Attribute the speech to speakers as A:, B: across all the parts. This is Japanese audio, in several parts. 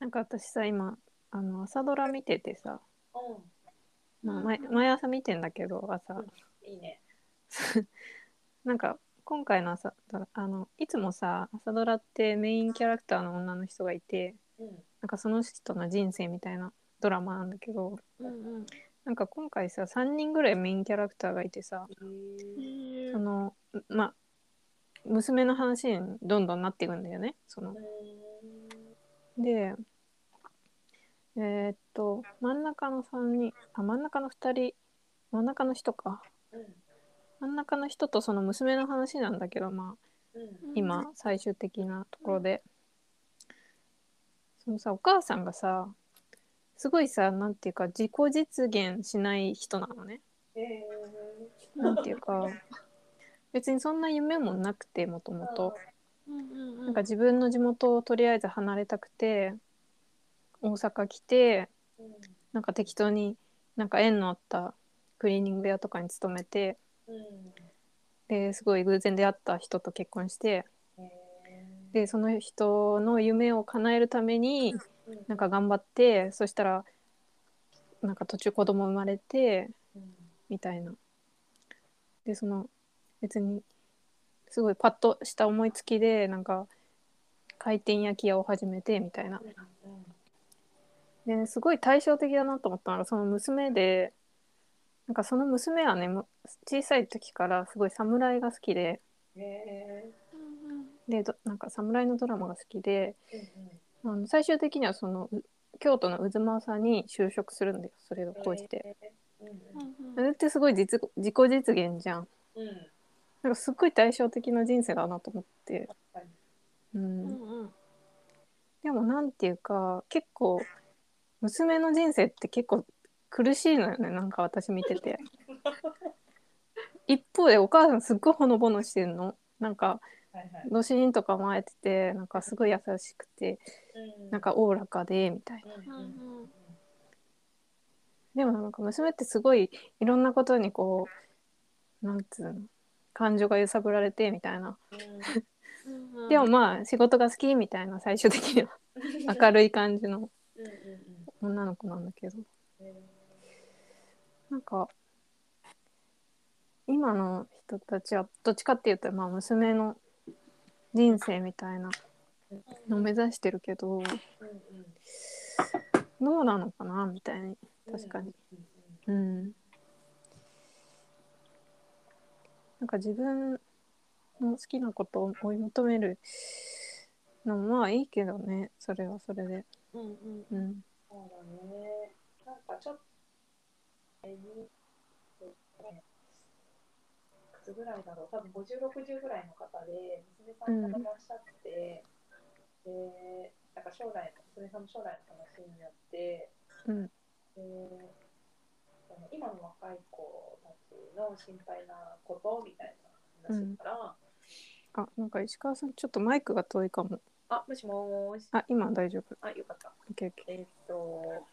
A: なんか私さ今あの朝ドラ見ててさ、
B: う
A: まあ、毎毎朝見てんだけど朝
B: ん、いいね。
A: なんか今回の朝ドラあのいつもさ朝ドラってメインキャラクターの女の人がいて
B: うん。
A: なんかその人の人生みたいなドラマなんだけど
C: うんうん。
A: なんか今回さ3人ぐらいメインキャラクターがいてさそのまあ娘の話にどんどんなっていくんだよねそのでえーっと真ん中の3人あ真ん中の2人真ん中の人か真ん中の人とその娘の話なんだけどまあ今最終的なところで、そのさお母さんがさすごいさなんていうか自己実現しない人なのねなんていうか別にそんな夢もなくてもともと
C: うんうんうん。
A: なんか自分の地元をとりあえず離れたくて大阪来てなんか適当になんか縁のあったクリーニング屋とかに勤めてですごい偶然出会った人と結婚してでその人の夢を叶えるためになんか頑張ってそしたらなんか途中子供生まれてみたいな。でその別にすごいパッとした思いつきでなんか回転焼き屋を始めてみたいな。ですごい対照的だなと思ったのがその娘でなんかその娘はねむ小さい時からすごい侍が好きででどなんか侍のドラマが好きであの最終的にはそのう京都の渦政に就職するんだよそれがこうして。それってすごい実自己実現じゃん。なんかすっごい対照的な人生だなと思って。うん、でもなんていうか結構娘の人生って結構苦しいのよねなんか私見てて一方でお母さんすっごいほのぼのしてるのなんかどしんとかもえててなんかすごい優しくてなんかおおらかでみたいなでもなんか娘ってすごいいろんなことにこうなんつうの感情が揺さぶられてみたいなでもまあ仕事が好きみたいな最終的には明るい感じの女の子なんだけどなんか今の人たちはどっちかっていうとまあ娘の人生みたいなのを目指してるけどどうなのかなみたいに確かにうんなんか自分の好きなことを追い求めるのもまあいいけどねそれはそれで
C: うんうん。
A: うん
B: そうだね。なんかちょっと、いくつぐらいだろう、多分50、60ぐらいの方で、娘さんがいらっしゃって、で、なんか将来の、娘さんの将来の話になって、
A: うん
B: でその今の若い子たちの心配なことみたいな話から、
A: あなんか石川さんちょっとマイクが遠いかも
B: あ、もしもーし、
A: あ今大丈夫
B: あ、よかった。
A: オッケーオッケ
B: えーっと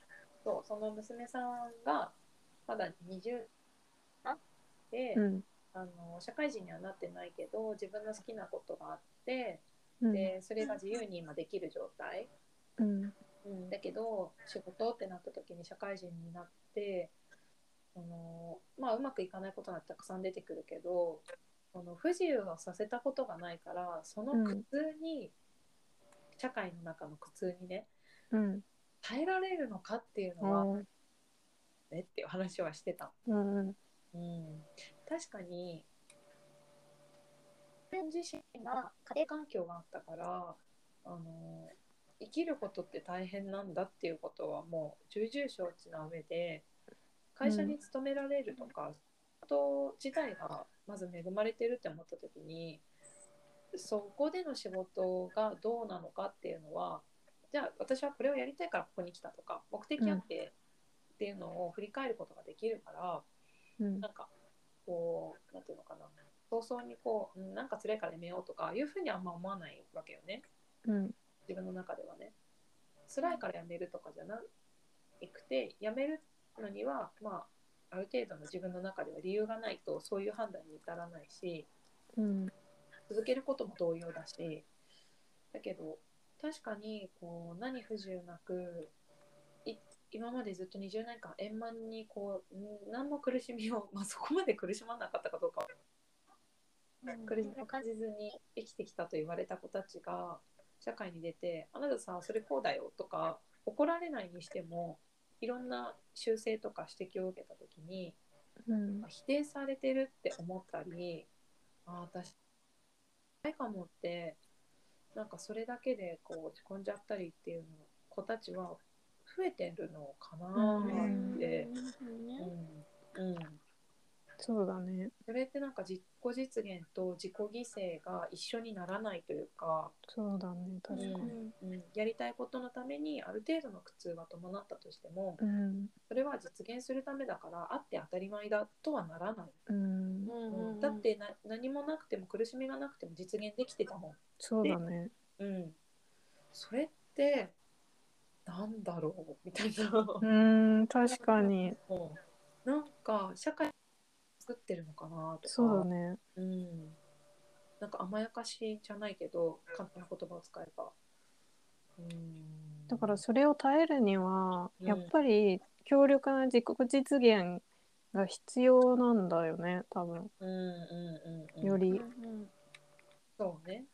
B: そうその娘さんがまだ20で、
A: ーうん
B: あの社会人にはなってないけど自分の好きなことがあって
A: うん
B: でそれが自由に今できる状態、
A: うん
B: うん、だけど仕事ってなった時に社会人になってその、まあ、うまくいかないことがたくさん出てくるけどその不自由をさせたことがないからその苦痛に、社会の中の苦痛にね
A: うん
B: 耐えられるのかっていう
A: う
B: のは、
A: ん
B: ねっていう話はしてた、
A: うんうん
B: うん、確かに自分自身が家庭環境があったからあの生きることって大変なんだっていうことはもう重々承知な上で会社に勤められるとか、こと自体がまず恵まれてるって思った時にそこでの仕事がどうなのかっていうのはじゃあ私はこれをやりたいからここに来たとか目的あってっていうのを振り返ることができるから。
A: うん
B: なんかこうなんていうのかな早々にこううんなんか辛いからやめようとかいうふうにあんま思わないわけよね
A: うん
B: 自分の中ではね辛いからやめるとかじゃないくてやめるのにはまあある程度の自分の中では理由がないとそういう判断に至らないし
A: うん
B: 続けることも同様だしだけど確かにこう何不自由なくい今までずっと20年間円満にこうん何の苦しみを、まあ、そこまで苦しまなかったかどうかは苦しみを感じずに生きてきたと言われた子たちが社会に出て「あなたさそれこうだよ」とか怒られないにしてもいろんな修正とか指摘を受けた時に
A: うん
B: 否定されてるって思ったりああ私ないかもってなんかそれだけでこう落ち込んじゃったりっていうの子たちは増えてるのかなーって、うんうん
A: そうだね
B: それってなんか自己実現と自己犠牲が一緒にならないというか、
A: そうだね確かに
B: うん、やりたいことのためにある程度の苦痛が伴ったとしても
A: うん
B: それは実現するためだからあって当たり前だとはならない。
A: うん
B: だってな何もなくても苦しみがなくても実現できてたも
A: そうだね
B: ん、うん、それってなんだろうみたいな、
A: うん確かに
B: もうなんか社会作ってるのかなとか
A: そうだね
B: うん、なんか甘やかしじゃないけど簡単な言葉を使えば、うん、
A: だからそれを耐えるには
B: うん
A: やっぱり強力な自己実現が必要なんだよね多分
B: うんうんうんうん
A: より
B: そうね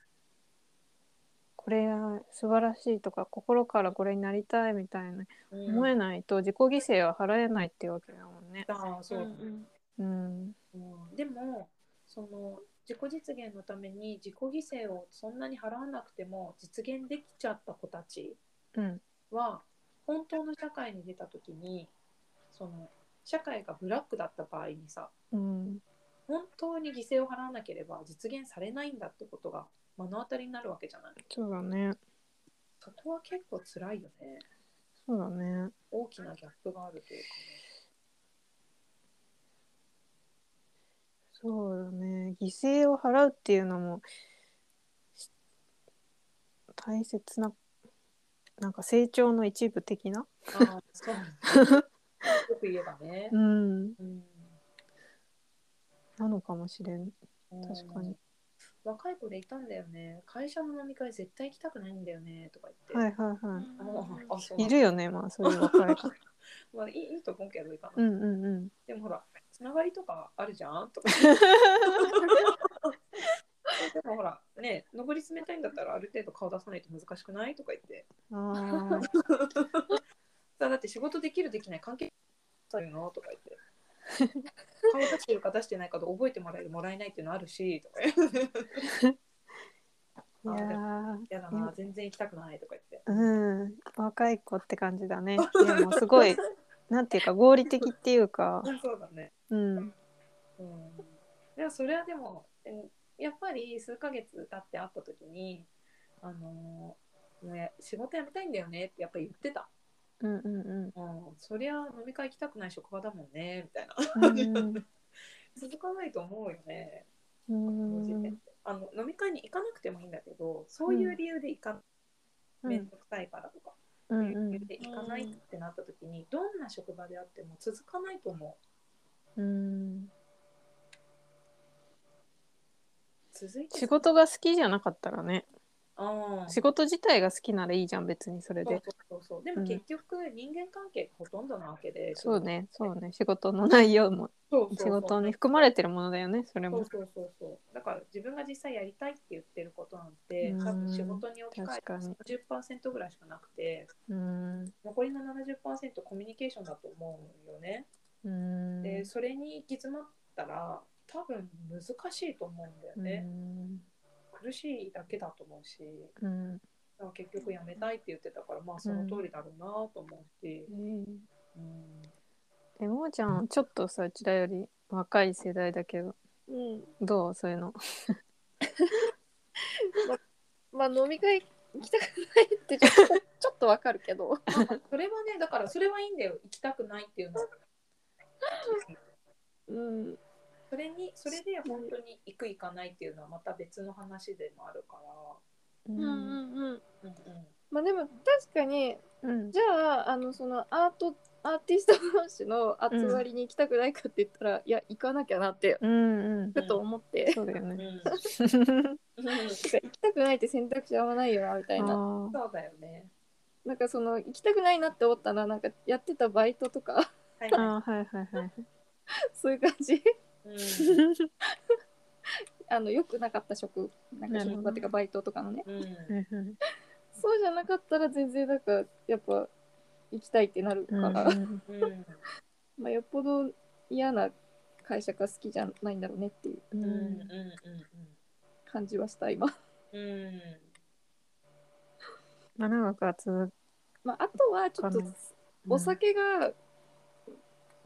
A: これは素晴らしいとか心からこれになりたいみたいな思え
B: い
A: ないと自己犠牲は払えないっていうわけだもんね。
B: ああそうだね、
A: うん、
B: うんでもその自己実現のために自己犠牲をそんなに払わなくても実現できちゃった子たち
A: うん、
B: は本当の社会に出た時にその社会がブラックだった場合にさ
A: うん、
B: 本当に犠牲を払わなければ実現されないんだってことが目の当たりになるわけじゃない
A: そうだね。
B: そこは結構辛いよね
A: そうだね。
B: 大きなギャップがあるという
A: そうだね。犠牲を払うっていうのもし大切ななんか成長の一部的な。
B: かねああそうねよく言えばね
A: う、ん、
B: うん、
A: なのかもしれん。確かに。
B: 若い子でいたんだよね会社の飲み会絶対行きたくないんだよねとか言
A: は
B: って、
A: いはいは
B: もうあそう
A: い。
B: ないんだ
A: るよね。まあそういう若い子。
B: まあ、いいいいと思 うけどいいかな、
A: うんうんうん。
B: でもほらつながりとかあるじゃんとかでもほらね上り詰めたいんだったらある程度顔出さないと難しくないとか言って
A: あ
B: だだって仕事できるできない関係ないよなとか言って顔出してるか出してないかで覚えてもらえるもらえないっていうのあるしとか言って
A: あ。いやー。
B: 嫌だな全然行きたくないとか言って
A: うん、若い子って感じだ ね。でもすごい、なんていうか合理的っていうか、
B: そうだね
A: うん、
B: うんでもそれはでもうんやっぱり数ヶ月経って会った時に「あのーね、仕事辞めたいんだよね」ってやっぱり言ってた、
A: うんうん
B: うん「そりゃ飲み会行きたくない職場だもんね」みたいな
A: うん
B: 続かないと思うよね
A: う
B: この時点
A: ん
B: っ。てあの飲み会に行かなくてもいいんだけどそういう理由で行かない、
A: うん
B: 面倒くさいからとか、
A: うん
B: いう理
A: ん
B: 由で行かないってなった時に、どんな職場であっても続かないと思う
A: うん。
B: 続いて
A: 仕事が好きじゃなかったらね、
B: ああ
A: 仕事自体が好きならいいじゃん、別にそれ
B: そう
A: で。
B: そうそうそうでも結局人間関係がほとんどなわけで、
A: そうね、そうね、仕事の内容も、
B: そうそう
A: 仕
B: そう
A: 事に含まれてるものだよね、それ
B: そう
A: も。
B: そうそうそうだから自分が実際やりたいって言ってることなんて
A: うん
B: 多分仕事に置き換え
A: 確かに
B: て30%ぐらいしかなくて
A: うん。
B: 残りの70%コミュニケーションだと思うよね、
A: うん。
B: でそれに行き詰まったら多分難しいと思うんだよ
A: う
B: ね、
A: ん。
B: 苦しいだけだと思うし
A: うん。
B: だから結局やめたいって言ってたからまあその通りだろうなと思うし、うん
A: でもーちゃんはちょっとさ、うちらより若い世代だけど、どうそういうの。
C: まあ飲み会行きたくないってちょっとちょっとわかるけど。
B: まあそれはねだからそれはいいんだよ行きたくないっていうのは
C: うん。
B: それにそれで本当に行く行かないっていうのはまた別の話でもあるか
A: う
C: うんうんうん。
B: ら、う
C: まあでも確かに
A: うん
C: じゃああのそのアートアーティスト同士の集まりに行きたくないかって言ったら、いや行かなきゃなって
A: うんうん。
C: ふと思っ て、
A: そうだよ
B: んうん
A: ね。
B: うん、
C: てか行きたくないって選択肢あんまないよなみたいな
A: あ
B: そうだよね。
C: なんかその行きたくないなって思ったらなんかやってたバイトとか
B: はい、
A: ーあーはいはい はい。
C: そういう感じ
B: うん。
C: あの良くなかった職なんか
A: なるほど
C: 職場っていうかバイトとかのね
B: うん。
A: はいはい
C: そうじゃなかったら全然なんかやっぱ行きたいってなるから、
A: うん
B: うん。
C: まあよっぽど嫌な会社が好きじゃないんだろうねっていう
A: う
B: うん。うん。
A: ん
C: 感じはした今、
B: うん。うん。
A: まあ長くは続く
C: まあ、あとはちょっと
A: わかんない
C: お酒が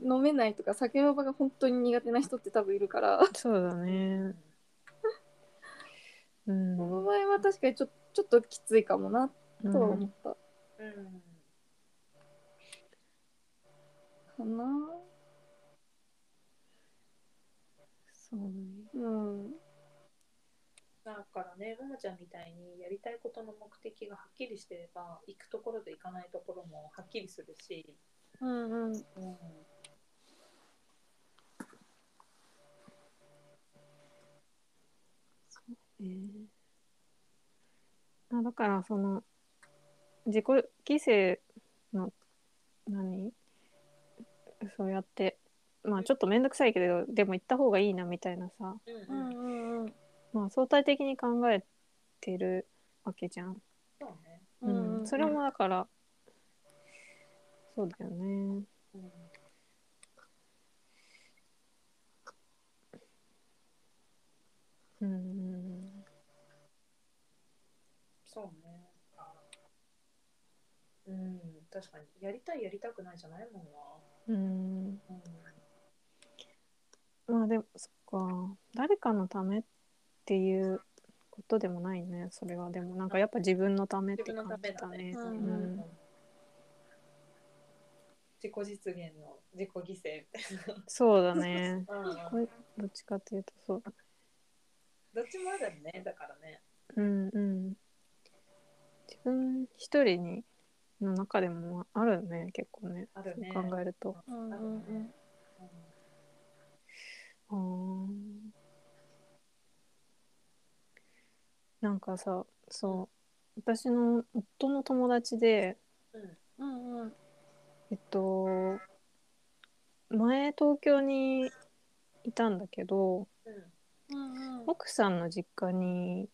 C: 飲めないとか酒の場が本当に苦手な人って多分いるから
A: そうだね。うん。
C: その場合は確かにちょちょっときついかもなとは思った
B: うん。
C: かな
A: そうね。
C: うん、
B: だからね、ももちゃんみたいにやりたいことの目的がはっきりしてれば、行くところと行かないところもはっきりするし、
C: うんうん
B: うん、
A: えーまあ、だからその自己犠牲の何そうやってまあちょっと面倒くさいけどでも行った方がいいなみたいなさ、
B: う、
C: うん
B: うん、
C: んうん
A: まあ、相対的に考えてるわけじゃん、
B: そうね。
A: うんそれもだからそうだよね
B: うん、
A: うん
B: そうね。うん、確かに。やりたい、やりたくないじゃないもん
A: うん
B: な。
A: まあでもそっか誰かのためっていうことでもないねそれはでもなんかやっぱ自分のためって感じたね
B: 自
C: 分のためだね
B: うん。
A: うん
B: 自己実現の自己犠牲みたい
A: そうだね
B: な。
A: これどっちかっていうとそうだ
B: どっちもあるね、だからね。
A: うんうん自分一人にの中でもあるね結構ね
B: あるね
A: そう考えると
C: うんうんうん
B: う
A: あーなんかさそう私の夫の友達で、
B: ん。うん
C: うんうん
A: えっと前東京にいたんだけど
B: うん
C: うん
A: 奥さんの実家に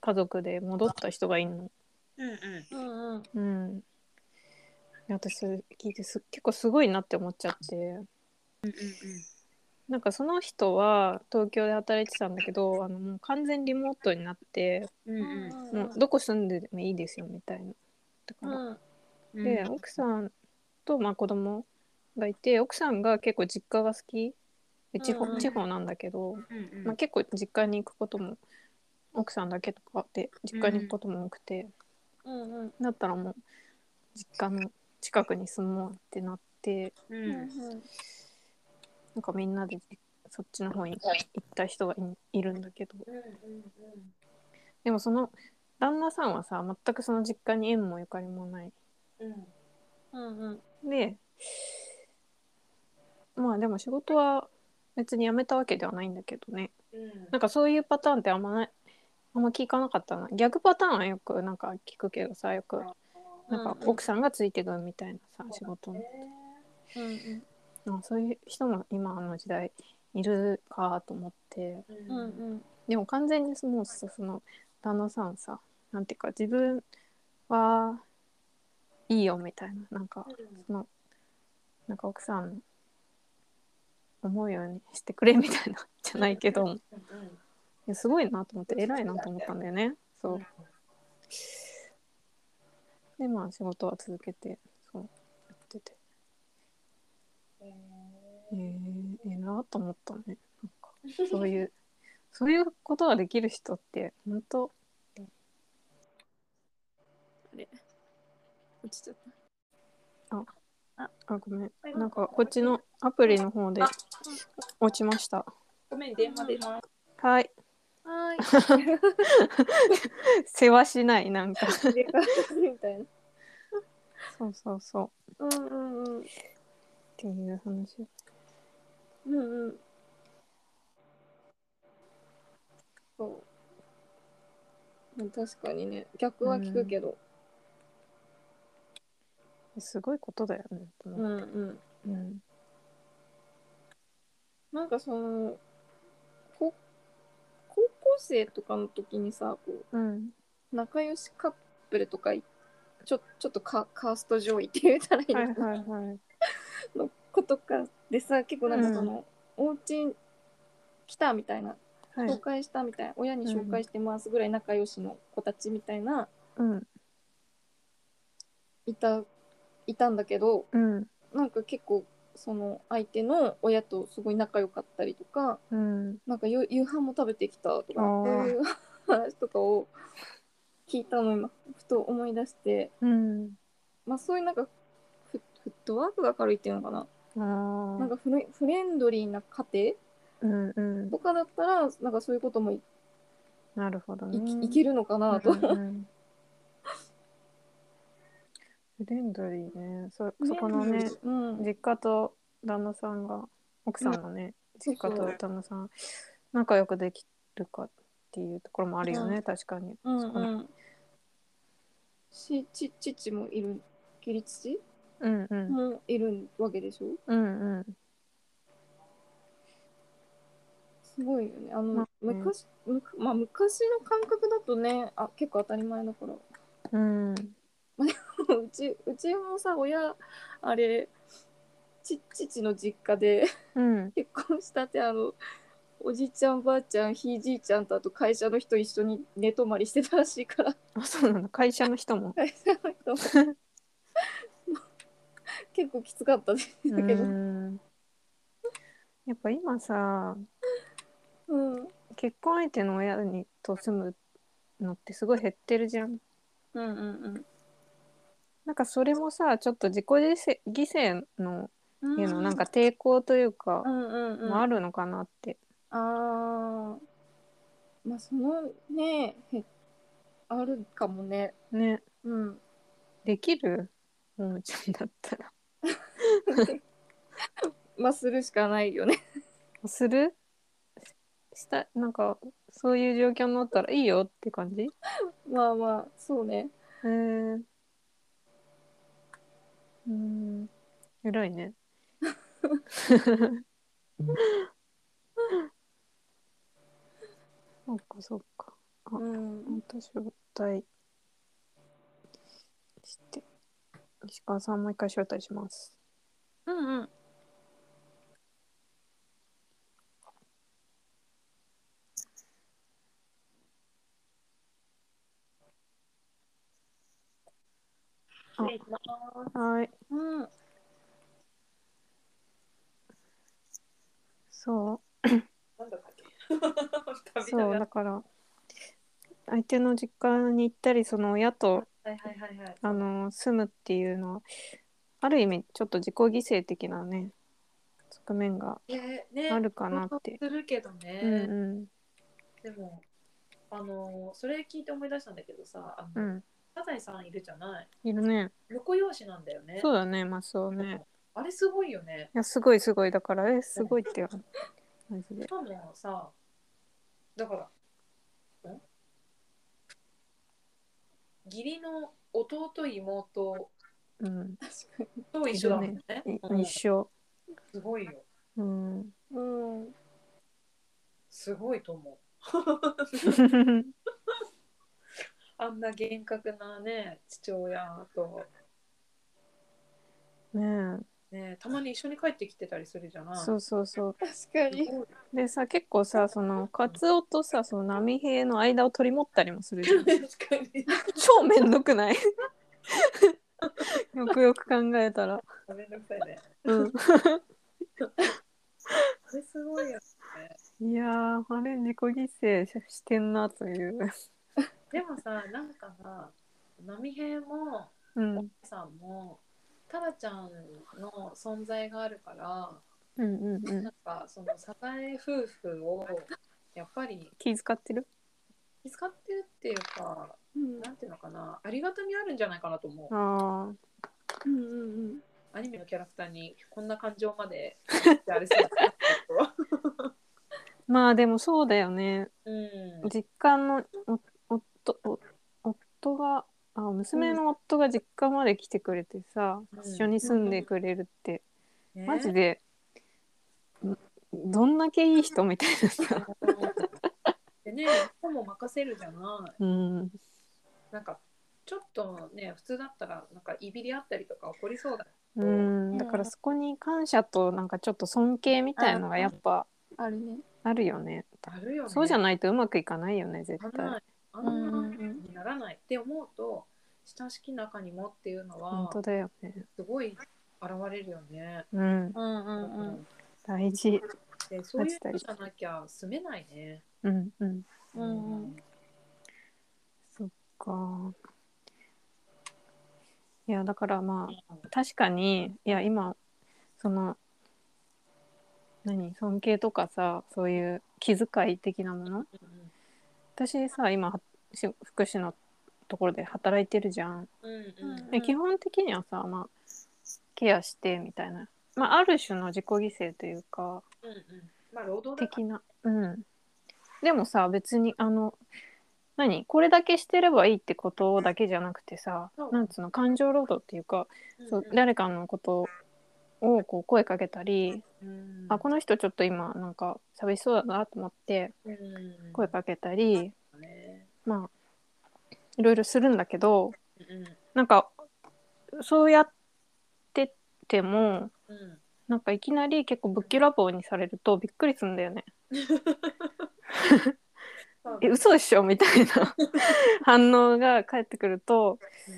A: 家族で戻った人がいるの。
B: うんうん
C: うんうん
A: うん、で私それ聞いてす結構すごいなって思っちゃってなんかその人は東京で働いてたんだけどあのもう完全リモートになって
B: うんうん
A: もうどこ住んでもいいですよみたいな。だから
B: うん
A: で奥さんと、まあ、子供がいて奥さんが結構実家が好きで地方,、
C: うんうん
A: 地方なんだけど、
B: うんうん
A: まあ、結構実家に行くことも奥さんだけとかで実家に行くことも多くて、
C: うんうん
A: だったらもう実家の近くに住もうってなって
B: うん
A: なんかみんなでそっちの方に行った人がいいるんだけど
B: うんうん
A: でもその旦那さんはさ全くその実家に縁もゆかりもない
B: うんうん
C: うんうん
A: でまあでも仕事は別に辞めたわけではないんだけどね
B: うん
A: なんかそういうパターンってあんまないあんま聞かなかったな逆パターンはよくなんか聞くけどさよくなんか奥さんがついてくみたいなさ仕事に
C: うん
A: あそういう人も今の時代いるかと思って
B: うん
C: う
B: うん
C: んうん
A: でも完全にもうさその旦那さんさなんていうか自分はいいよみたいななんかそのなんか奥さん思うようにしてくれみたいなじゃないけどいやすごいなと思って偉いなと思ったんだよねそうでまあ仕事は続けてそうやっててえー、偉いと思ったねなんかそういう そういうことができる人って本当
C: 落ちちゃっ
A: あごめんなんかこっちのアプリの方で落ちました
B: ごめん電話出ます
A: はい
C: たはーい
A: 世話しないなんか
C: 入れ替わるみたいな
A: そうそうそう
C: うんうんうん
A: っていう話
C: うんうん。そう。うん確かにね逆は聞くけど、
A: すごいことだよね。と
C: うん
A: 思っ
C: うん
A: てうん
C: なんかそのこ高校生とかの時にさこ
A: うん
C: う仲良しカップルとかいちょちょっとカカースト上位って言えたらいい
A: は
C: の
A: い
C: かな
A: はいはい。
C: の子とかでさ結構なんかその、お家に来たみたいな
A: は
C: 紹
A: い。
C: 介したみたいな、親に紹介してますぐらい仲良しの子たちみたいな
A: うん
C: いたいたんだけど
A: うん
C: なんか結構その相手の親とすごい仲良かったりとか
A: うん。
C: なんか夕夕飯も食べてきたとか
A: あー
C: そういう話とかを聞いたの今ふと思い出して
A: うん。
C: まあそういうなんかフフットワークが軽いっていうのかな、
A: ああ。な
C: なんかフレフレンドリーな家庭
A: うんうん。
C: とかだったらなんかそういうこともい
A: なるほど
C: い,、
A: ね。
C: けるのかなと、
A: うんうんフレンドリーね。そ、そこのね、
C: うん、
A: 実家と旦那さんが、奥さんのね、
C: そう
A: 実
C: そ
A: 家
C: う
A: と旦那さん、仲良くできるかっていうところもあるよ
C: う
A: ね、確かに。
C: うん
A: そこの
C: うんしち父もいる義理父
A: うんうん。
C: もいるわけでしょ
A: うんうん。
C: すごいよねあの、
A: まあね
C: 昔むかまあ昔の感覚だとねあ結構当たり前だから
A: うん。
C: うちうちもさ親あれち父の実家で
A: うん。
C: 結婚したってあのおじいちゃんばあちゃんひいじいちゃんとあと会社の人一緒に寝泊まりしてたらしいから
A: あ、そうなの。会社の人も。
C: 会社の人も 結構きつかったです
A: う
C: だけど、
A: ん。やっぱ今さ、
C: うん、
A: 結婚相手の親にと住むのってすごい減ってるじゃん。
C: うんうん
A: なんかそれもさちょっと自己犠牲犠牲の
C: うん
A: いうのなんか抵抗というか
C: う、んうんうん
A: もあるのかなって。
C: あーまあそのねへあるかもね
A: ね
C: うん
A: できるももちゃんだったら。
C: まあするしかないよね
A: するししたなんかそういう状況になったらいいよって感じ
C: まあまあそうね
A: へーうん偉い ね。そうかそうか。
C: うん
A: 私招待して石川さんもう一回招待します
C: うんうん
B: 失礼します
A: はい
C: うん
A: そ
B: なんだったっけ
A: う
B: 旅々
A: そうだから相手の実家に行ったりその親と
B: はいはいはいはい。
A: あの住むっていうのはある意味ちょっと自己犠牲的なね側面が
B: ねね
A: あるかなって、
B: するけどね、
A: うんう
B: でもあのそれ聞いて思い出したんだけどさあ
A: ん
B: の、
A: う
B: サザエさんいるじゃない
A: んいるね
B: 横用紙なんだよね
A: そうだねマスオね
B: あれすごいよね
A: いやすごいすごいだからえすごいってよマジで
B: しかもさだからん義理の弟妹
A: うん
C: 確か
B: と一緒だもんね
A: い
B: うんす
A: 一緒
B: ごいよ
A: うん
C: にうん
B: すごいと思うあんな厳格なね父親と
A: ね
B: ねたまに一緒に帰ってきてたりするじゃな
A: え
B: い
A: そうそうそう
C: 確かに
A: でさ結構さそのカツオとさその波平の間を取り持ったりもする じゃん
B: 確かに
A: 超めんどくない よくよく考えたら
B: めんどくさいね
A: うん
B: あれすごいよね
A: いやーあれ自己犠牲ししてんなと いう
B: でもさなんかさ波平も
A: うん
B: お母さんもタラちゃんの存在があるから
A: うんうんうん
B: なんかそのサザエ夫婦をやっぱり
A: 気遣ってる
B: 気遣ってるっていうか
C: うん
B: なんていうのかなありがたみあるんじゃないかなと思う
A: あ
C: うんうんうん
B: アニメのキャラクターにこんな感情まで ってあれそうだなちょっと
A: ーまあでもそうだよね
B: うん
A: 実家のおお夫お夫があ娘の夫が実家まで来てくれてさ、
B: うん
A: 一緒に住んでくれるって、
B: ね
A: マジでんどんだけいい人みたいな さ、
B: でね、人も任せるじゃない。
A: うん、
B: なんかちょっとね、普通だったらなんかいびりあったりとか起こりそうだ。
A: うん、だからそこに感謝となんかちょっと尊敬みたいのがやっぱ
C: あるね。
A: あるよね
B: あるよね。
A: そうじゃ
B: ない。
A: ないとうまくいかないよね絶
B: な
A: 対
B: い。あん
C: う
B: なん
C: うんうん
B: にならないって思うと、親しき中にもっていうの
A: 本
B: は
A: 当だよね
B: すごい現れるよね。
A: うん
C: うんう
A: 大事
B: でそういう人じゃなきゃ住めないね。
A: うんうん
C: うんうん
A: そっかいやだからまあ確かにいや今その何尊敬とかさそういう気遣い的なもの私さ今はし福祉のところで働いてるじゃん
B: うんうんうんうん
A: で基本的にはさ、まあ、ケアしてみたいな、まあ、ある種の自己犠牲というか
B: うんうんまあ労働だか
A: 的なうんでもさ別にあの何これだけしてればいいってことだけじゃなくてさ
B: そう
A: なんつうの感情労働っていうか、
B: ら
A: そう誰かのことをこう声かけたり、
B: うん
A: あこの人ちょっと今なんか寂しそうだなと思って
B: うん
A: 声かけたり、
B: ね
A: まあいろいろするんだけど
B: うん
A: なんかそうやってても
B: うん
A: なんかいきなり結構ぶっきらぼうにされるとびっくりするんだよね。
B: そう
A: え嘘でしょ みたいな反応が返ってくると
B: うん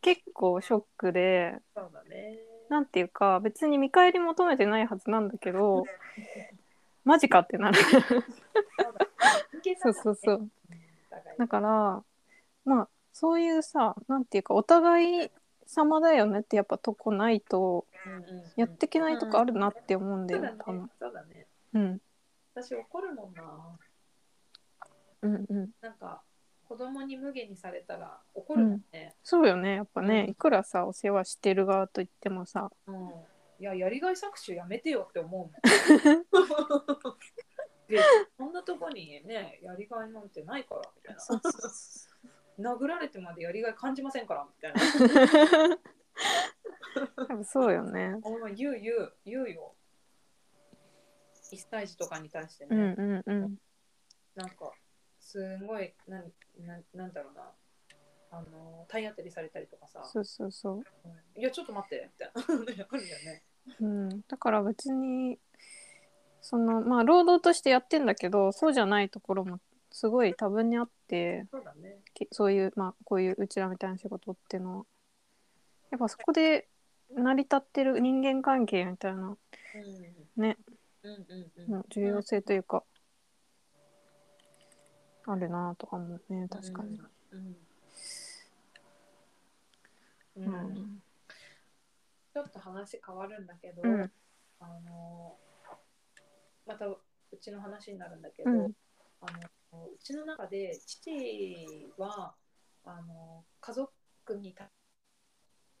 A: 結構ショックで
B: そうだね
A: なんていうか別に見返り求めてないはずなんだけどマジかって なる
B: そうだね
A: そうそうそう
B: お互い
A: だからまあそういうさなんていうかお互い様だよねってやっぱとこないと
B: うんうんうん
A: やってけないとこあるなって思うんだ
B: そ
A: よ、
B: うだね
A: 多分、
B: そうだね
A: うん、
B: 私怒るもんな
A: うんうん
B: なんか子供に無限にされたら怒るもんね
A: そうよねやっぱね
B: うん
A: いくらさお世話してる側といっても さ
B: うんいややりがい搾取やめてよって思うもん でこんなとこにねやりがいなんてないからみたいな殴られてまでやりがい感じませんからみたいな。
A: 多分そうよね
B: お前言う言う言うよ。1歳児とかに対してね、
A: うんうんうん
B: なんかすごいなんなんなんだろうなあの体当たりされたりとかさ「
A: そうそうそう
B: うんいやちょっと待って」みたいなあるよね。
A: うん、だから別にそのまあ労働としてやってんだけどそうじゃないところもすごい多分にあって
B: そうだね。
A: きそういうまあこういううちらみたいな仕事っていうのはやっぱそこで成り立ってる人間関係みたいな
B: うん、
A: ね。
B: うんうんうん。
A: の重要性というか、あるなとかもね確かに、
B: うん。う
A: うんん
B: ちょっと話変わるんだけど、
A: うん
B: あのまたうちの話になるんだけ
A: う
B: ど、
A: ん
B: あのうちの中で父はあの家族にた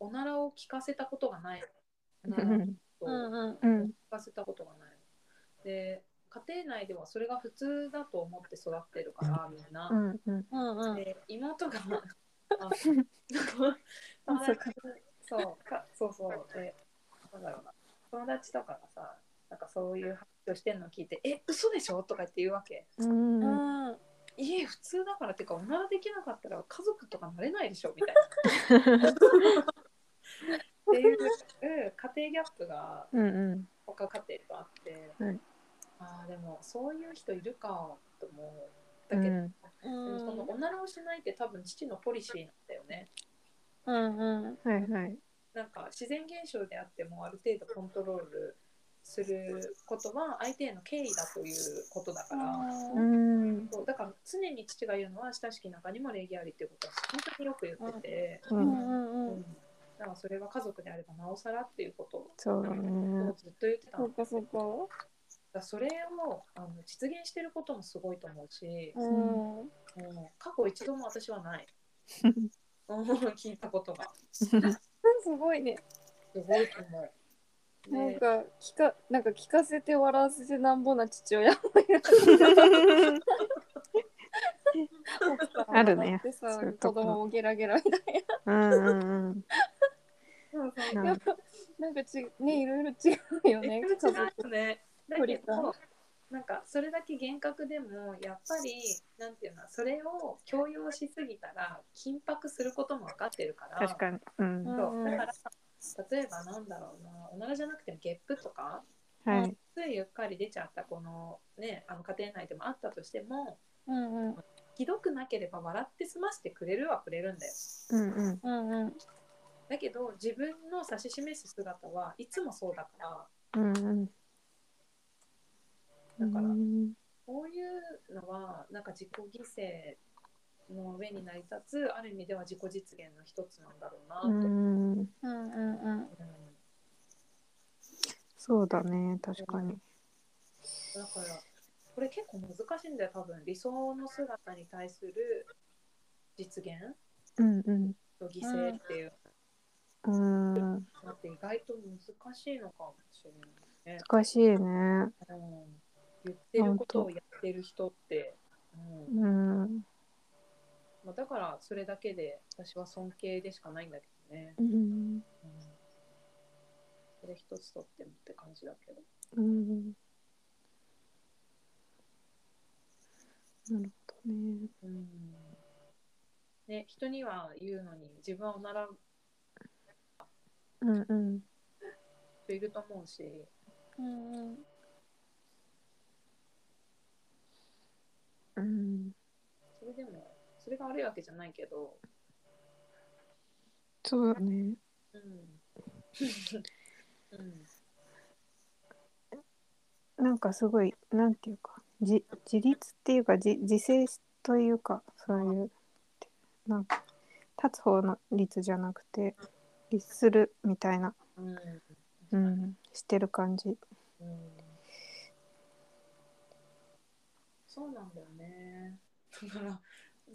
B: おならを聞かせたことがない。おな
A: う
B: ら
A: ん
B: と
C: うん
A: う
B: 聞
A: ん
B: かせたことがない。で家庭内ではそれが普通だと思って育ってるからみんな。
A: うんうん
C: うんうん。
B: で妹があ
C: ま
B: 友
C: さ
B: 達
C: か
B: そうかそうそうでなんだろうな友達とかがさなんかそういう話をしてるのを聞いて「え嘘でしょ?」とか言って言うわけ
A: うんうん
C: うん。
B: 「いえ普通だから」っていうかおならできなかったら家族とかなれないでしょみたいなっていううん家庭ギャップが
A: うん
B: 他家庭とあって、
A: はい
B: ああでもそういう人いるかと思う
A: う
B: だけど、
A: ん
B: でもそのおならをしないって多分父のポリシーなんだよね。
C: うんうん。
A: はいはい
B: なんか自然現象であってもある程度コントロールすることは相手への敬意だということだから、
A: うん
B: そうだから常に父が言うのは親しき中にも礼儀ありっていうことは本当によく言ってて、
A: う
C: うんん
B: う
C: うん
B: ん。だからそれが家族であればなおさらっていうこと
A: そうだね
B: をずっと言ってた
C: そ
B: の
C: うかそうか。
B: だからそれをあの実現してることもすごいと思うし、
C: うん。
B: うん過去一度も私はない。うん聞いたことが
C: すごいね。
B: すごいと思う。で
C: なんか聞かなんか聞かせて笑わせてなんぼな父親もいる。
A: あるね
C: でさ
A: そういうと
C: 子
A: こ
C: 供もゲラゲラみたい
A: うんうんうん
C: な。
A: な
C: やっぱなんかちねいろいろ違うよね。家族
B: そうね。だ
C: 距
B: け
C: 離
B: ど
C: 感、
B: なんかそれだけ厳格でも、やっぱり、なんていうの、それを強要しすぎたら、緊迫することも分かってるから。
A: 確かにうん
C: う
A: は
C: ん
B: そうだから、例えばなんだろうな、おならじゃなくてもゲップとか、
A: い
B: ついゆっかり出ちゃったこの、ね、あの家庭内でもあったとしても、
C: うんうん
B: ひどくなければ笑って済ましてくれるはくれるんだよ。
A: うんうん
C: うんうん。
B: だけど、自分の指し示す姿はいつもそうだから、
A: うんうん
B: だから
A: うん
B: こういうのはなんか自己犠牲の上に成り立つある意味では自己実現の一つなんだろうなと、
A: う
B: うん
A: んうん
C: うんうんうん。
A: そうだね確かに
B: だからこれ結構難しいんだよ多分理想の姿に対する実現
A: うんうん
B: と犠牲っていう
A: うん
B: のって意外と難しいのかもしれないね。
A: 難しいね
B: うん、言ってることをやってる人って、うん
A: うん
B: まあ、だからそれだけで私は尊敬でしかないんだけどね。
A: うん
B: うんそれ一つとってもって感じだけど。
A: うんなるほどね
B: うん。ね、人には言うのに、自分はおなら
A: うんうん
B: といると思うし、
C: うんうん
A: うん
B: それでも、それが悪いわけじゃないけど、
A: そうだね
B: うん。うん、
A: なんかすごいなんていうかじ自立っていうかじ自制というかそういうなんか立つ方の率じゃなくて律するみたいな、
B: うん、
A: うん、してる感じ。
B: うん。そうなんだよね。だから、だ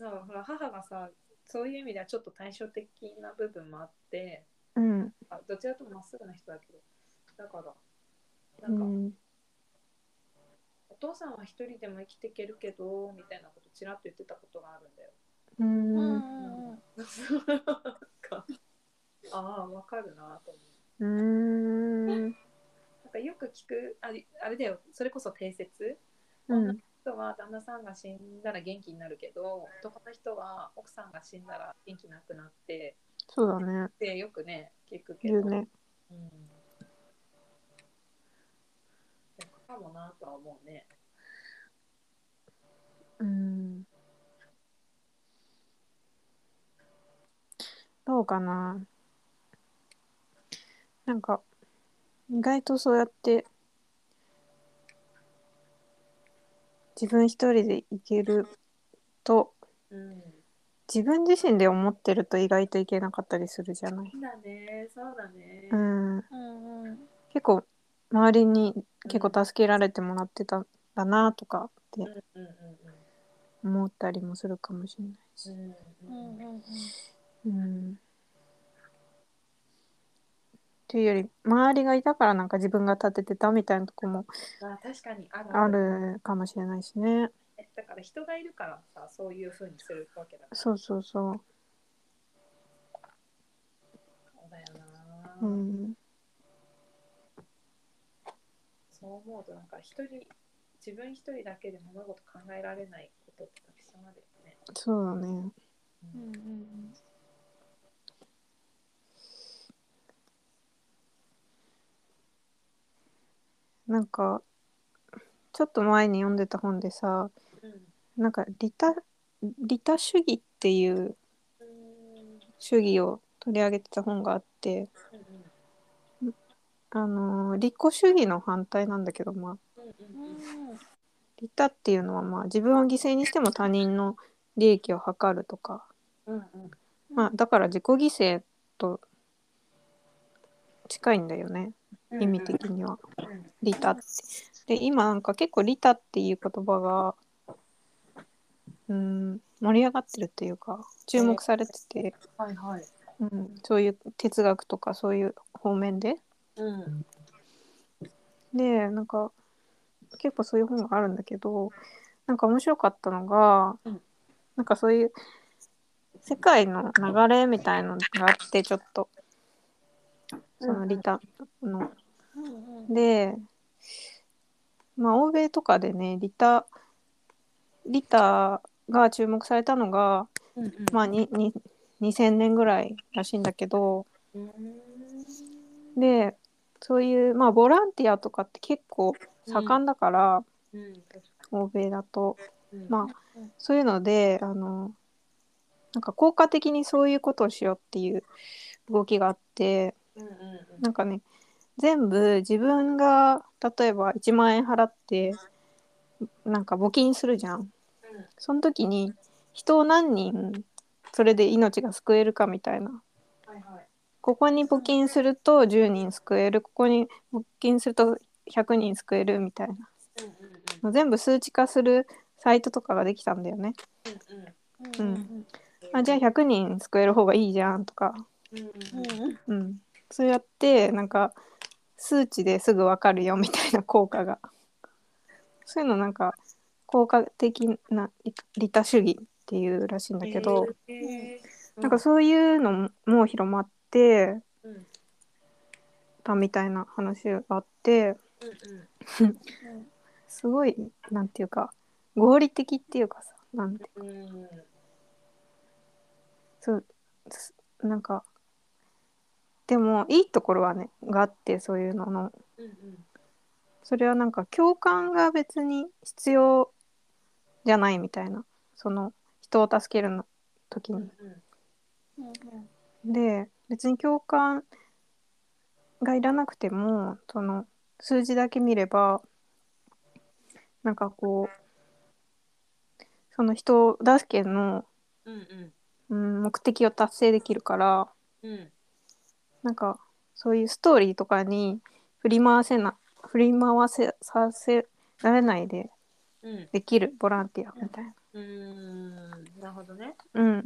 B: からほら母がさ、そういう意味ではちょっと対照的な部分もあって、
A: うん
B: あどちらともまっすぐな人だけど、だから、
A: う
B: なんか、
A: ん
B: お父さんは一人でも生きていけるけどみたいなことちらっと言ってたことがあるんだよ。
A: うん
C: うん
A: うん
C: うんうん。
B: なんかああわかるなと思う。
A: うん
B: なんかよく聞くあれあれだよそれこそ定説
A: うん
B: 人は旦那さんが死んだら元気になるけど男の人は奥さんが死んだら元気なくなって
A: そうだね
B: でよくね聞くけ
A: 言
B: ど。
A: うね。
B: うんかもなとは思うね。
A: うんどうかななんか意外とそうやって自分一人でいけると
B: うん。
A: 自分自身で思ってると意外といけなかったりするじゃない。
B: だね、そうだね。
A: うん、
C: うんうん。
A: 結構周りに結構助けられてもらってたんだなとかって
B: うんうんうん
A: 思ったりもするかもしれないし。
B: うん。う
C: う
B: う
C: ん
B: ん
C: んうん
A: うんというより周りがいたからなんか自分が立ててたみたいなとこも
B: まあ、確かにある
A: あるかもしれないしね
B: だから人がいるからさそういうふうにするわけだか
A: そうそうそ
B: らだよ
A: う、
B: な、
A: うん、
B: そう思うとなんか一人自分一人だけで物事考えられないことってたくさんあるよね、
A: そうだね
C: うんうんうん。
A: なんかちょっと前に読んでた本でさ
B: うん
A: なんか利他利他主義っていう
B: うん
A: 主義を取り上げてた本があってあのー利己主義の反対なんだけどまあ
B: うんうん
C: うん
A: 利他っていうのはまあ自分を犠牲にしても他人の利益を図るとか、
B: うんうん
A: まあ、だから自己犠牲と近いんだよね
B: うん
A: 意味的には
B: うん
A: 利他って。で今なんか結構利他っていう言葉がうん盛り上がってるというか注目されてて、
B: はいはい
A: うん、そういう哲学とかそういう方面で。
B: うん
A: でなんか結構そういう本があるんだけどなんか面白かったのが、
B: うん
A: なんかそういう世界の流れみたいのがあってちょっとそのリタの。でまあ欧米とかでねリタリタが注目されたのが、まあ、にに2000年ぐらいらしいんだけどでそういう、まあ、ボランティアとかって結構盛んだから、欧米だと。まあ
B: うん
A: そういうのであのなんか効果的にそういうことをしようっていう動きがあってなんかね全部自分が例えば1万円払ってなんか募金するじゃんその時に人を何人それで命が救えるかみたいなここに募金すると10人救えるここに募金すると100人救えるみたいなの全部数値化するサイトとかができたんだよね。あじゃあ100人救える方がいいじゃんとか、うん、そうやってなんか数値ですぐ分かるよみたいな効果がそういうのなんか効果的な利利他主義っていうらしいんだけど、なんかそういうのももう広まってたみたいな話があってすごいなんていうか合理的っていうかさなんてそうすなんかでもいいところはねがあってそういうののそれはなんか共感が別に必要じゃないみたいなその人を助けるの時に。で別に共感がいらなくてもその数字だけ見ればなんかこうその人助けの、うん、目的を達成できるからなんかそういうストーリーとかに振り回せな振り回せさせられないでできるボランティアみたいな。
B: なるほどね。
A: うん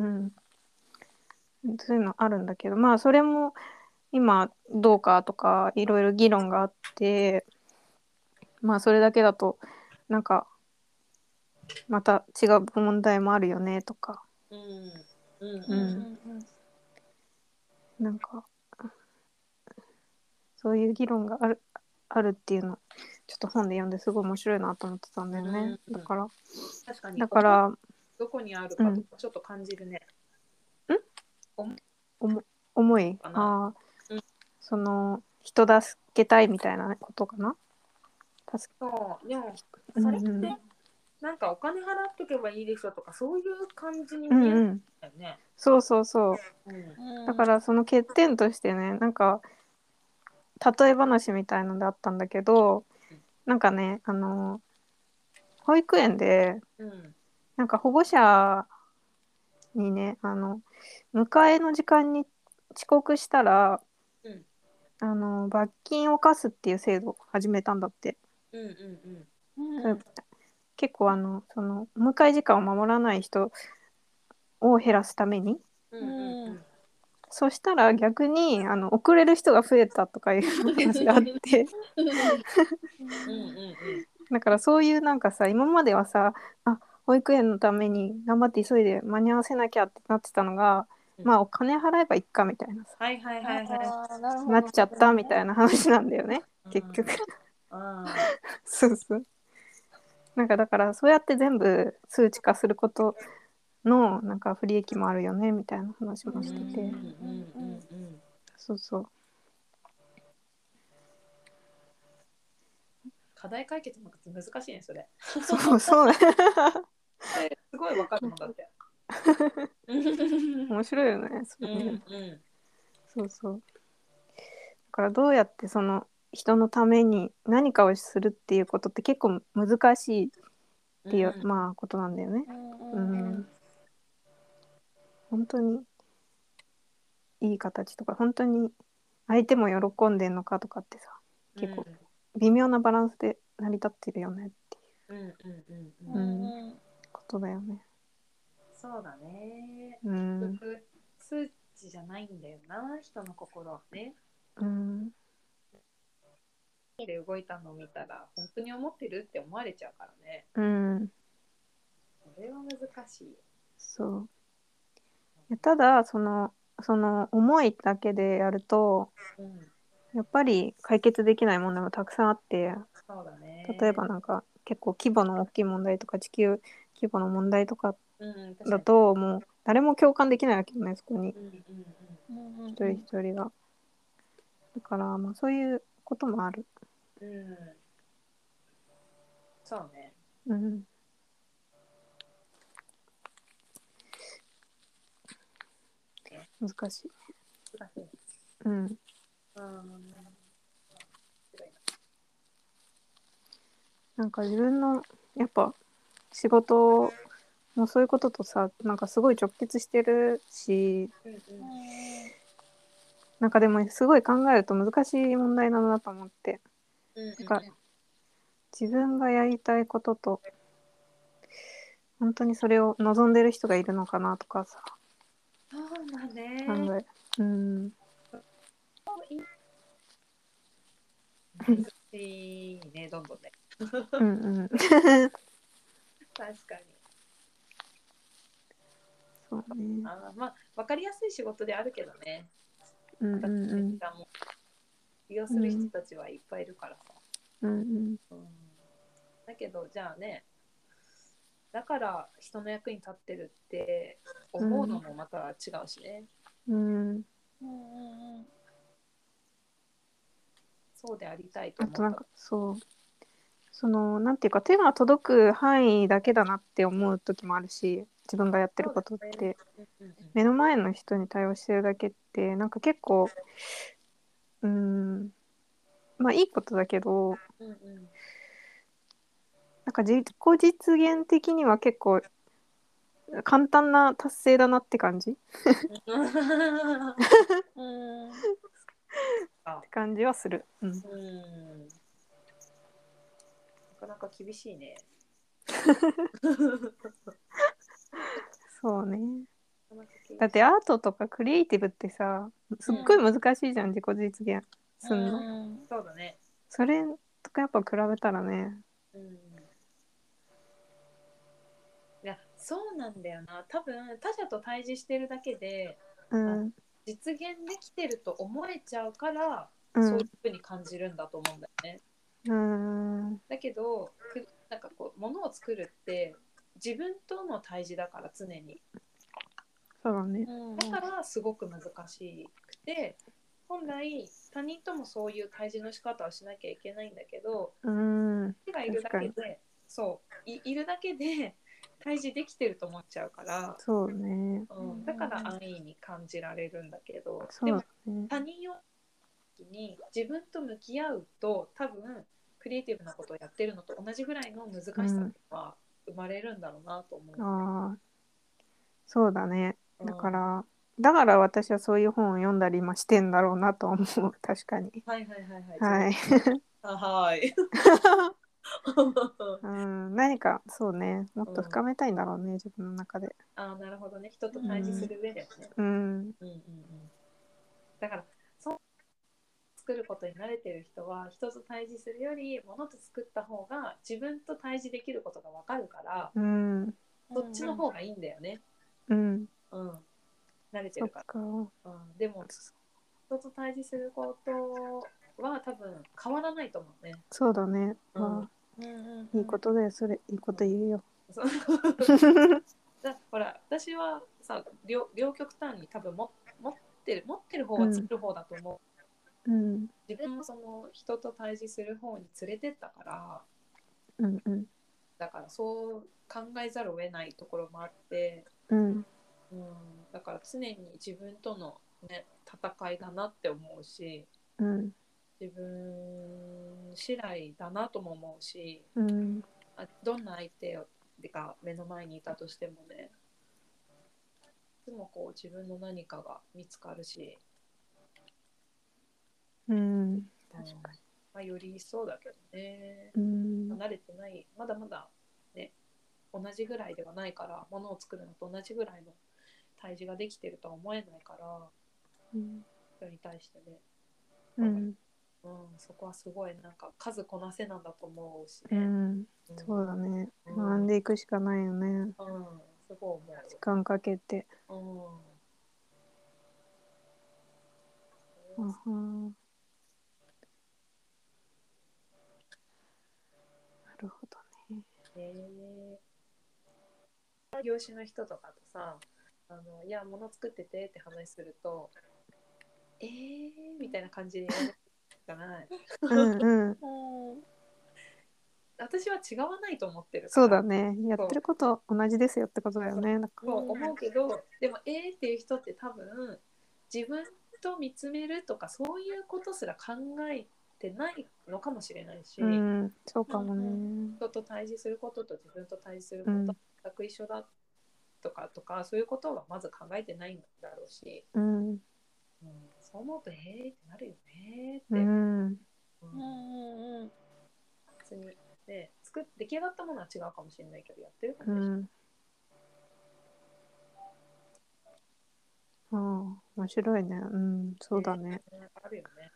A: うん、そういうのあるんだけどまあそれも今どうかとかいろいろ議論があってまあそれだけだとなんかまた違う問題もあるよねとか
B: うんうん
A: う
B: うんん
A: なんかそういう議論があるあるっていうのちょっと本で読んですごい面白いなと思ってたんだよね
B: うん
A: だから
B: 確かに
A: だから
B: どこにあるか
A: うん
B: ちょっと感じるね。
A: 思い
B: か
A: あ
B: な
A: ー、
B: う
A: その人助けたいみたいなことかな助
B: そうでも
A: うん
B: それって
A: うん
B: なんかお金払っとけばいいでしょとかそういう感じに
A: うん
B: 見える
A: うんん
B: だよね。
A: そうそうそう
B: うん
A: だからその欠点としてねなんか例え話みたいのであったんだけどなんかねあの保育園で
B: うん
A: なんか保護者にねあの迎えの時間に遅刻したら、
B: うん
A: あの罰金を課すっていう制度を始めたんだって
B: うんうん
A: 結構あのその迎え時間を守らない人を減らすために
B: うんうんうん
A: そしたら逆にあの遅れる人が増えたとかいう話があって
B: うんうんうん
A: だからそういうなんかさ今まではさあ保育園のために頑張って急いで間に合わせなきゃってなってたのが、
B: うん
A: まあお金払えばいっかみたいなさ、
B: はいはいはいは
A: なっちゃったみたいな話なんだよね
B: い。
A: 結局、
B: うん。あ
A: そうそうなんかだからそうやって全部数値化することのなんか不利益もあるよねみたいな話も
B: ー
A: し
B: う
A: て
B: ん
A: て、
B: うんうん
A: そうそう
B: 課題解決なんか難しいねそれ。
A: そうそう
B: すごいわかるもんだって。
A: 面白いよねそうれ
B: ん
A: ね
B: うん
A: そうそう。だからどうやってその人のために何かをするっていうことって結構難しいっていう、
B: うん
A: まあことなんだよね。うん。本当にいい形とか本当に相手も喜んでんのかとかってさ結構微妙なバランスで成り立ってるよねっていう
B: うんうんうんうん
A: ことだよね。
B: そうだね。
A: うん
B: 結。局数値じゃないんだよな人の心はね。
A: うん。
B: で動いたのを見たら本当に思ってるって思われちゃうからね。
A: うん。
B: これは難しい。
A: そういやただそのその思いだけでやると
B: うん、
A: やっぱり解決できない問題もたくさんあって
B: そうだね。
A: 例えばなんか結構規模の大きい問題とか地球規模の問題とか
B: うん、確か
A: だ
B: に
A: ともう誰も共感できないわけよねそこに
B: うんうんうん、
A: 一人一人が。だからまあそういうこともある。
B: うん。そうね。
A: うん。難しい。
B: 難しい。
A: うん。
B: うん。
A: なんか自分のやっぱ仕事もそういうこととさなんかすごい直結してるし
B: うんうん。
A: なんかでもすごい考えると難しい問題なんだと思って
B: うん
A: なんか自分がやりたいことと本当にそれを望んでる人がいるのかなとかさ
B: そうだね。
A: 考えうん
B: 難し いね、どんどんね。
A: うんうん
B: 確かに。
A: そうね
B: あーまあ、わかりやすい仕事であるけどね。
A: うんうんうん
B: 私たちがもう利用する人たちはいっぱいいるからさ。
A: うんうん
B: うんだけど、じゃあね、だから人の役に立ってるって思うのもまた違うしね。
A: うん
B: そうでありたいと
A: あ
B: 思っ
A: と
B: た
A: なんかそうそのなんていうか手が届く範囲だけだなって思う時もあるし自分がやってることっ
B: そうだ
A: て、
B: ねうんうん
A: 目の前の人に対応してるだけってなんか結構うーんまあいいことだけど
B: うんうん
A: なんか自己実現的には結構簡単な達成だなって感じ 感じはする。うん、
B: うんなかなか厳しいね。
A: そうねだってアートとかクリエイティブってさすっごい難しいじゃん、自己実現すんの。
B: そうだね。
A: それとかやっぱ比べたらね。
B: うん、いやそうなんだよな多分他者と対峙してるだけで
A: うん。
B: 実現できてると思えちゃうから、
A: う
B: そうんいう。ふうに感じるんだと思うんだよね。
A: うん。
B: だけどくなんかこう物を作るって自分との対峙だから常に。
A: そうだね。
B: だからすごく難しくて本来他人ともそういう対峙の仕方をしなきゃいけないんだけど
A: うん。
B: 手がいるだけ
A: 確
B: でそういいるだけで対峙できてると思っちゃうから、
A: そうね。
B: うん、だから安易に感じられるんだけど
A: そ
B: で
A: う
B: も
A: だね。
B: 他人を時に自分と向き合うと多分クリエイティブなことをやってるのと同じぐらいの難しさは生まれるんだろうなと思う。
A: ああ。そうだね。
B: うん
A: だから、だから私はそういう本を読んだり今してんだろうなと思う。 確かに。
B: はいはいはいは
A: は
B: い。
A: い。
B: あはい。
A: うん。何か、そうね。もっと深めたいんだろうね。自分の中で。
B: ああなるほどね人と対峙する上でもね、
A: うん。
B: うんうんうん、だからそう作ることに慣れてる人は人と対峙するより物と作った方が自分と対峙できることが分かるから
A: うん。
B: そっちの方がいいんだよね、
A: うん。
B: うん慣れて
A: そ
B: る
A: っ
B: か
A: か。
B: ら、うん、でも人と対峙することは多分変わらないと思うね、
A: そうだね。
B: うん
A: まあ、いいことだよ。それ、いいこと言うよ。
B: そうだほら私はさ両両極端に多分も持ってる持ってる方は作る方だと思う、
A: うん。
B: 自分もその人と対峙する方に連れてったから
A: うん。うん。
B: だからそう考えざるを得ないところもあって、
A: うん。
B: うん、だから常に自分との、ね、戦いだなって思うし
A: うん。
B: 自分次第だなとも思うし
A: うん。
B: あどんな相手が目の前にいたとしてもねいつもこう自分の何かが見つかるし、
A: うん、
B: うん
A: 確か
B: まあ、より一層だけどね。
A: うん、
B: 慣れてないまだまだね同じぐらいではないからものを作るのと同じぐらいの対峙ができてるとは思えないから
A: うん、
B: 人に対してね、
A: うん、
B: うん、そこはすごいなんか数こなせなんだと思うし
A: う
B: ね、
A: ん、
B: うん
A: そうだね、
B: うん
A: 学んでいくしかないよね。
B: うん、すごい思
A: 時間かけて。
B: うよ。
A: う
B: うんん。
A: ふんなるほどね。
B: へえ業種の人とかとさあの「いや物作ってて」って話すると「えー」みたいな感じで言われるじゃない
A: うんうん。
C: うん
B: 私は違わないと思ってるか
A: そ
B: ら
A: うだね。やってること同じですよってことだよね。だか
B: そう思うけどでも「えー」っていう人って多分自分と見つめるとかそういうことすら考えてないのかもしれないし、
A: ら。うん。そうかもね。
B: 人と対峙することと自分と対峙すること
A: うん
B: は全く一緒だとかとか、そういうことはまず考えてないんだろうし。
A: うん。
B: うんそう思うと、へえってなるよね
A: う
B: って、
A: ん。
B: うん
C: うんうん
B: 別にね作っ出来上がったものは違うかもしれないけど、やってるか
A: う
B: もしれない。
A: ん。ああ、面白いね。うん。そうだね。
B: あるよね。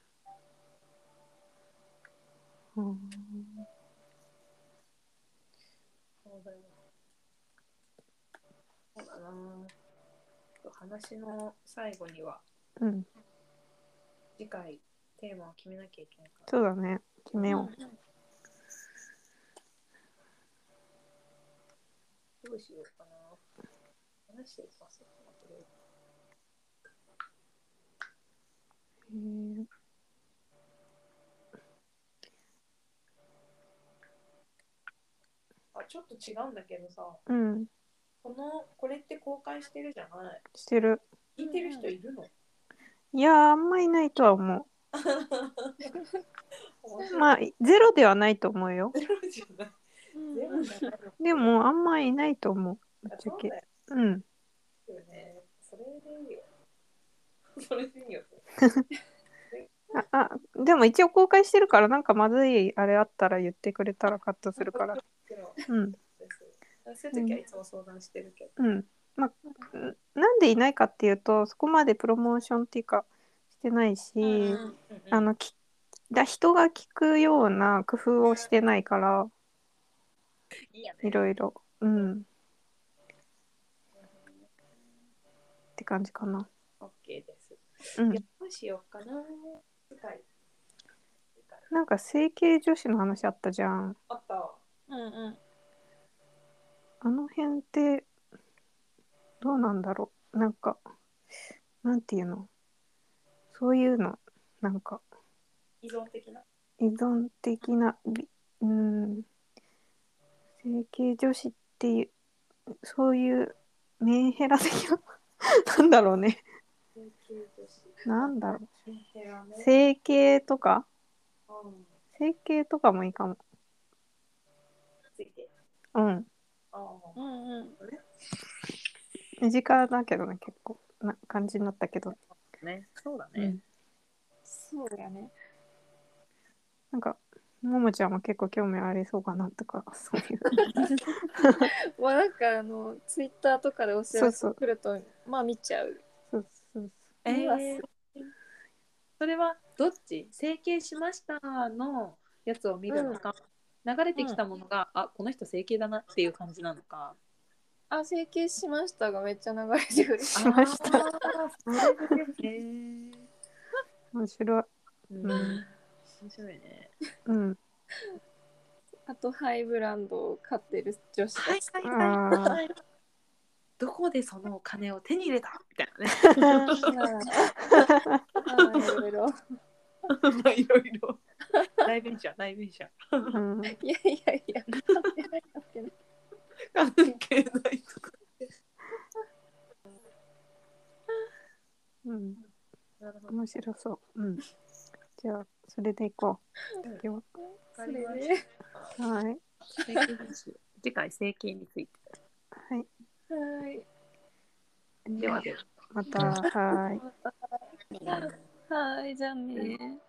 A: うん。
B: そうだよ。そうだな。ちょっと話の最後には、
A: うん。
B: 次回テーマを決めなきゃいけないから。
A: そうだね。決めよ
B: どうしようかな。話していきますよこれ
A: う。へえ
B: あ、ちょっと違うんだけどさ、
A: うん。
B: この、これって公開してるじゃない
A: してる。
B: 聞いてる人いるの、
A: いやー、あんまいないとは思
B: 面
A: う。
B: 白い
A: まあ、ゼロではないと思うよ。
B: じゃない。
C: うん
B: 全部じゃないの
A: でも、あんまいないと思う。ぶっちゃ
B: そう
A: け
B: だ。よ
A: うん。
B: ね。それでいいよ。それでいいよ。
A: あ、あ、でも一応公開してるから、なんかまずいあれあったら言ってくれたらカットするから。
B: けど
A: うん。
B: そういう時はいつも相談してるけ
A: う
B: ど。
A: ん。まあ、んなんでいないかっていうと、そこまでプロモーションっていうか、してないし、
C: うん
A: あの、きだ人が聞くような工夫をしてないから、
B: いいや
A: い
B: ね。
A: ろいろ。うん。って感じかな。
B: オッケーです。
A: うん
B: いや。どうしようかな。次回。次回
A: なんか整形女子の話あったじゃん。
B: あったわ。
C: うんうん
A: あの辺って、どうなんだろう。なんか、なんていうの。そういうの、なんか、
B: 依存的な。
A: 依存的な、びうん、整形女子っていう、そういうメンヘラ的な、 なんだろうね。
B: 整形女子。
A: なんだろう。
B: メンヘラね
A: 整形とか
B: うん
A: 整形とかもいいかも。
B: ついて。
A: うん。
B: あ
C: う
B: あ。
C: んうん
A: 身近だけどね、結構な感じになったけど。
B: ね。そうだ
A: うん。
C: そうだね
A: なんか、ももちゃんも結構興味ありそうかなとか、そう いう。
C: まあなんかあのツイッターとかでお知らせ
A: そうそう
C: 来るとまあ見ちゃう
A: そうそう
B: え
C: うわす
B: ー、それはどっち整形しましたのやつを見るのか、流れてきたものが、あこの人整形だなっていう感じなのか。
C: あ整形しましたがめっちゃ流れてくる
A: しました
B: あー。それでね
A: そう。面白い。
B: うん
A: ん
B: 面白いね。
A: うん。
C: あとハイブランドを買ってる女子た ち
B: はい。
A: はいはい
B: どこでそのお金を手に入れたみたいなね。
C: あーいろいろ
B: まあいろいろ。内弁者、内弁者。
A: うん、
C: いやいやい や
B: 関係ないとか。
A: うん。
B: なるほど。
A: 面白そう。うん。じゃあ、それでいこう。
B: うん
A: 今
C: それで
A: 日は。はい。
B: 次回整形について。
A: はい。
C: はい
B: ではでは。
A: また、はい。
C: はいじゃあね